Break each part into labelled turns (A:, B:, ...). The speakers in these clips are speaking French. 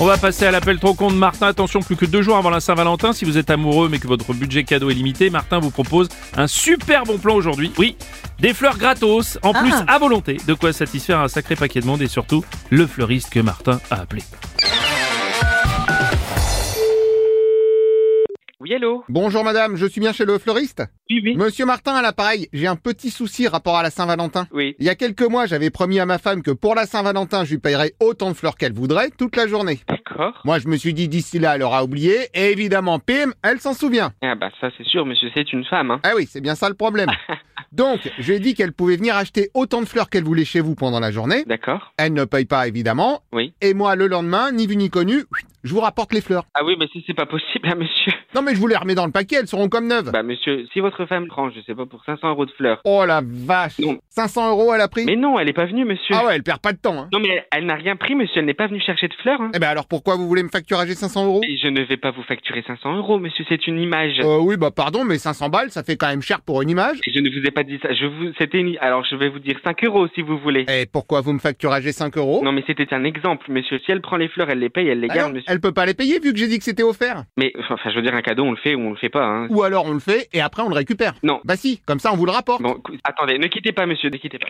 A: On va passer à l'appel trop con de Martin. Attention, plus que deux jours avant la Saint-Valentin, si vous êtes amoureux mais que votre budget cadeau est limité, Martin vous propose un super bon plan aujourd'hui. Oui, des fleurs gratos, en plus à volonté, de quoi satisfaire un sacré paquet de monde et surtout le fleuriste que Martin a appelé.
B: Oui, allô
C: Bonjour madame, je suis bien chez le fleuriste
B: Oui, oui.
C: Monsieur Martin à l'appareil, j'ai un petit souci rapport à la Saint-Valentin.
B: Oui.
C: Il y a quelques mois, j'avais promis à ma femme que pour la Saint-Valentin, je lui payerais autant de fleurs qu'elle voudrait toute la journée.
B: D'accord.
C: Moi, je me suis dit d'ici là, elle aura oublié et évidemment, pim, elle s'en souvient.
B: Ah bah ça c'est sûr, monsieur, c'est une femme. Hein.
C: Ah oui, c'est bien ça le problème. Donc, j'ai dit qu'elle pouvait venir acheter autant de fleurs qu'elle voulait chez vous pendant la journée.
B: D'accord.
C: Elle ne paye pas, évidemment.
B: Oui.
C: Et moi, le lendemain, ni vu ni connu, je vous rapporte les fleurs.
B: Ah oui, mais si c'est pas possible, hein, monsieur.
C: Non, mais je vous les remets dans le paquet, elles seront comme neuves.
B: Bah monsieur, si votre femme prend, je sais pas, pour 500 euros de fleurs.
C: Oh la vache
B: Non.
C: 500 euros, elle a pris
B: Mais non, elle est pas venue, monsieur.
C: Ah ouais, elle perd pas de temps. Hein.
B: Non mais elle, elle n'a rien pris, monsieur, elle n'est pas venue chercher de fleurs. Hein.
C: Eh ben alors, pourquoi vous voulez me facturager 500 euros
B: Et je ne vais pas vous facturer 500 euros, monsieur, c'est une image.
C: euh, Oui, bah pardon, mais 500 balles, ça fait quand même cher pour une image.
B: Et je ne vous ai pas dit ça, je vous... C'était une... Alors je vais vous dire 5 euros si vous voulez.
C: Et Eh, pourquoi vous me facturagez 5 euros
B: Non mais c'était un exemple, monsieur. Si elle prend les fleurs, elle les paye, elle les
C: Ah
B: garde,
C: non,
B: monsieur.
C: Elle peut pas les payer vu que j'ai dit que c'était offert.
B: Mais enfin, je veux dire, un cadeau, on le fait ou on le fait pas. Hein.
C: Ou alors on le fait et après on le récupère.
B: Non.
C: Bah si, comme ça on vous le rapporte.
B: Bon, cou- attendez, ne quittez pas, monsieur, ne quittez pas.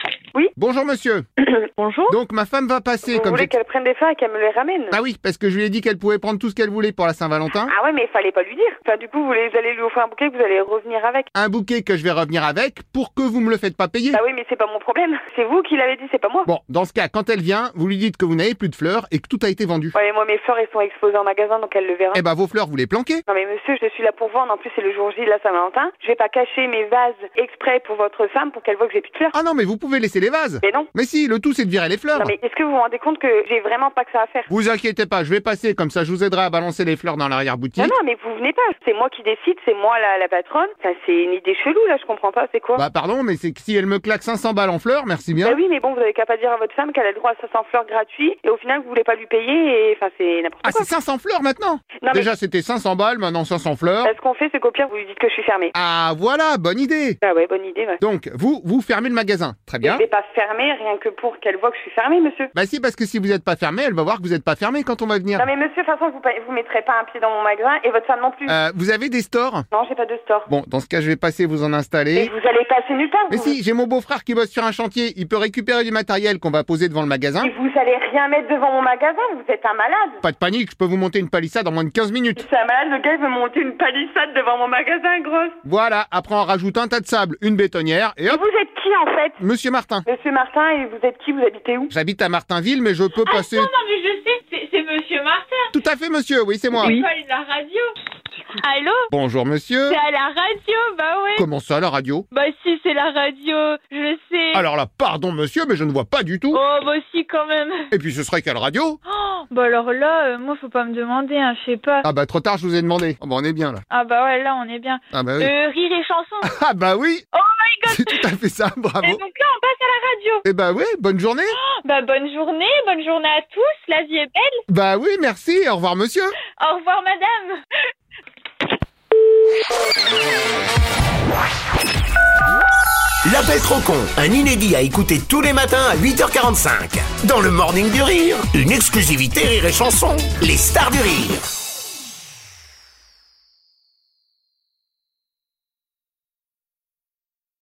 C: Bonjour monsieur.
D: Bonjour.
C: Donc ma femme va passer
D: Vous
C: comme
D: voulez
C: j'ai-
D: qu'elle prenne des fleurs et qu'elle me les ramène
C: Bah oui, parce que je lui ai dit qu'elle pouvait prendre tout ce qu'elle voulait pour la Saint-Valentin.
D: Ah ouais, mais il fallait pas lui dire. Enfin, du coup, vous, les- vous allez lui offrir un bouquet que vous allez revenir avec.
C: Un bouquet que je vais revenir avec pour que vous me le faites pas payer.
D: Bah oui, mais c'est pas mon problème. C'est vous qui l'avez dit, c'est pas moi.
C: Bon, dans ce cas, quand elle vient, vous lui dites que vous n'avez plus de fleurs et que tout a été vendu.
D: Ouais, mais moi, mes fleurs, elles sont exposées en magasin, donc elle le verra.
C: Eh bah vos fleurs, vous les planquez.
D: Non mais monsieur, je suis là pour vendre. En plus, c'est le jour J de la Saint-Valentin. Je vais pas cacher mes vases exprès pour votre femme pour qu'elle voit que j'ai plus de fleurs.
C: Ah non, mais vous pouvez laisser les vases.
D: Mais non.
C: Mais si, le tout c'est de virer les fleurs.
D: Non mais est-ce que vous vous rendez compte que j'ai vraiment pas que ça à faire
C: Vous inquiétez pas, je vais passer, comme ça je vous aiderai à balancer les fleurs dans
D: Bah Non,
C: l'arrière-boutique.
D: non, mais vous venez pas. C'est moi qui décide, c'est moi la, la patronne. Enfin, c'est une idée chelou là, je comprends pas. C'est quoi
C: Bah pardon, mais c'est que si elle me claque 500 balles en fleurs, merci bien. Ah,
D: Bah oui, mais bon, vous avez qu'à pas dire à votre femme qu'elle a le droit à 500 fleurs gratuits et au final, vous voulez pas lui payer et enfin, c'est n'importe
C: Ah
D: quoi.
C: c'est 500 fleurs maintenant
D: Non, mais
C: Déjà c'était 500 balles, maintenant 500 fleurs.
D: bah, ce qu'on fait, c'est qu'au pire, vous lui dites que je suis fermée.
C: Ah voilà, bonne idée
D: Ah ouais, bonne idée, ouais.
C: Donc vous, vous fermez le magasin, très
D: Je
C: bien.
D: vais pas fermer rien que pour qu'elle voit que je suis fermée, monsieur.
C: Bah si, parce que si vous n'êtes pas fermé, elle va voir que vous n'êtes pas fermé quand on va venir.
D: Non, mais monsieur, de toute façon, vous, pa- vous mettrez pas un pied dans mon magasin et votre femme non plus.
C: Euh, vous avez des stores
D: Non, j'ai pas de store.
C: Bon, dans ce cas, je vais passer vous en
D: Mais
C: installer.
D: vous allez passer nulle part.
C: Mais
D: vous.
C: si, j'ai mon beau-frère qui bosse sur un chantier, il peut récupérer du matériel qu'on va poser devant le magasin.
D: Et vous allez rien mettre devant mon magasin, vous êtes un malade.
C: Pas de panique, je peux vous monter une palissade en moins de 15 minutes.
D: C'est un malade, le gars, il veut monter une palissade devant mon magasin, grosse.
C: Voilà, après on rajoute un tas de sable, une bétonnière, et
D: Et
C: hop,
D: vous êtes qui, en fait
C: Monsieur Martin.
D: Monsieur Martin, et vous êtes qui Vous habitez où
C: J'habite à Martinville, mais je peux passer...
E: Non, mais je sais, c'est- c'est Monsieur Martin,
C: Tout à fait, monsieur, oui, c'est moi.
B: Oui.
E: Paul, la radio. Allô
C: Bonjour, monsieur.
E: C'est à la radio, bah ouais.
C: Comment ça, la radio
E: Bah si, c'est la radio, je sais.
C: Alors là, pardon, monsieur, mais je ne vois pas du tout.
E: Oh, bah si, quand même.
C: Et puis ce serait quelle radio
E: Oh, bah alors là, euh, moi, faut pas me demander, hein, je sais pas.
C: Ah bah trop tard, je vous ai demandé. Ah bah on est bien là.
E: Ah bah ouais, là, on est bien.
C: Ah bah oui.
E: Euh, rire et chanson.
C: Ah bah oui
E: Oh my god
C: C'est tout à fait ça,
E: Et
C: bravo.
E: donc là, on passe à la radio.
C: Eh bah oui, bonne journée.
E: Oh, Bah bonne journée, bonne journée à tous, la vie est belle.
C: Bah oui, merci, au revoir monsieur.
E: Au revoir, madame.
F: L'appel trop con, un inédit à écouter tous les matins à 8h45. Dans le Morning du Rire, une exclusivité Rire et Chanson, les stars du rire.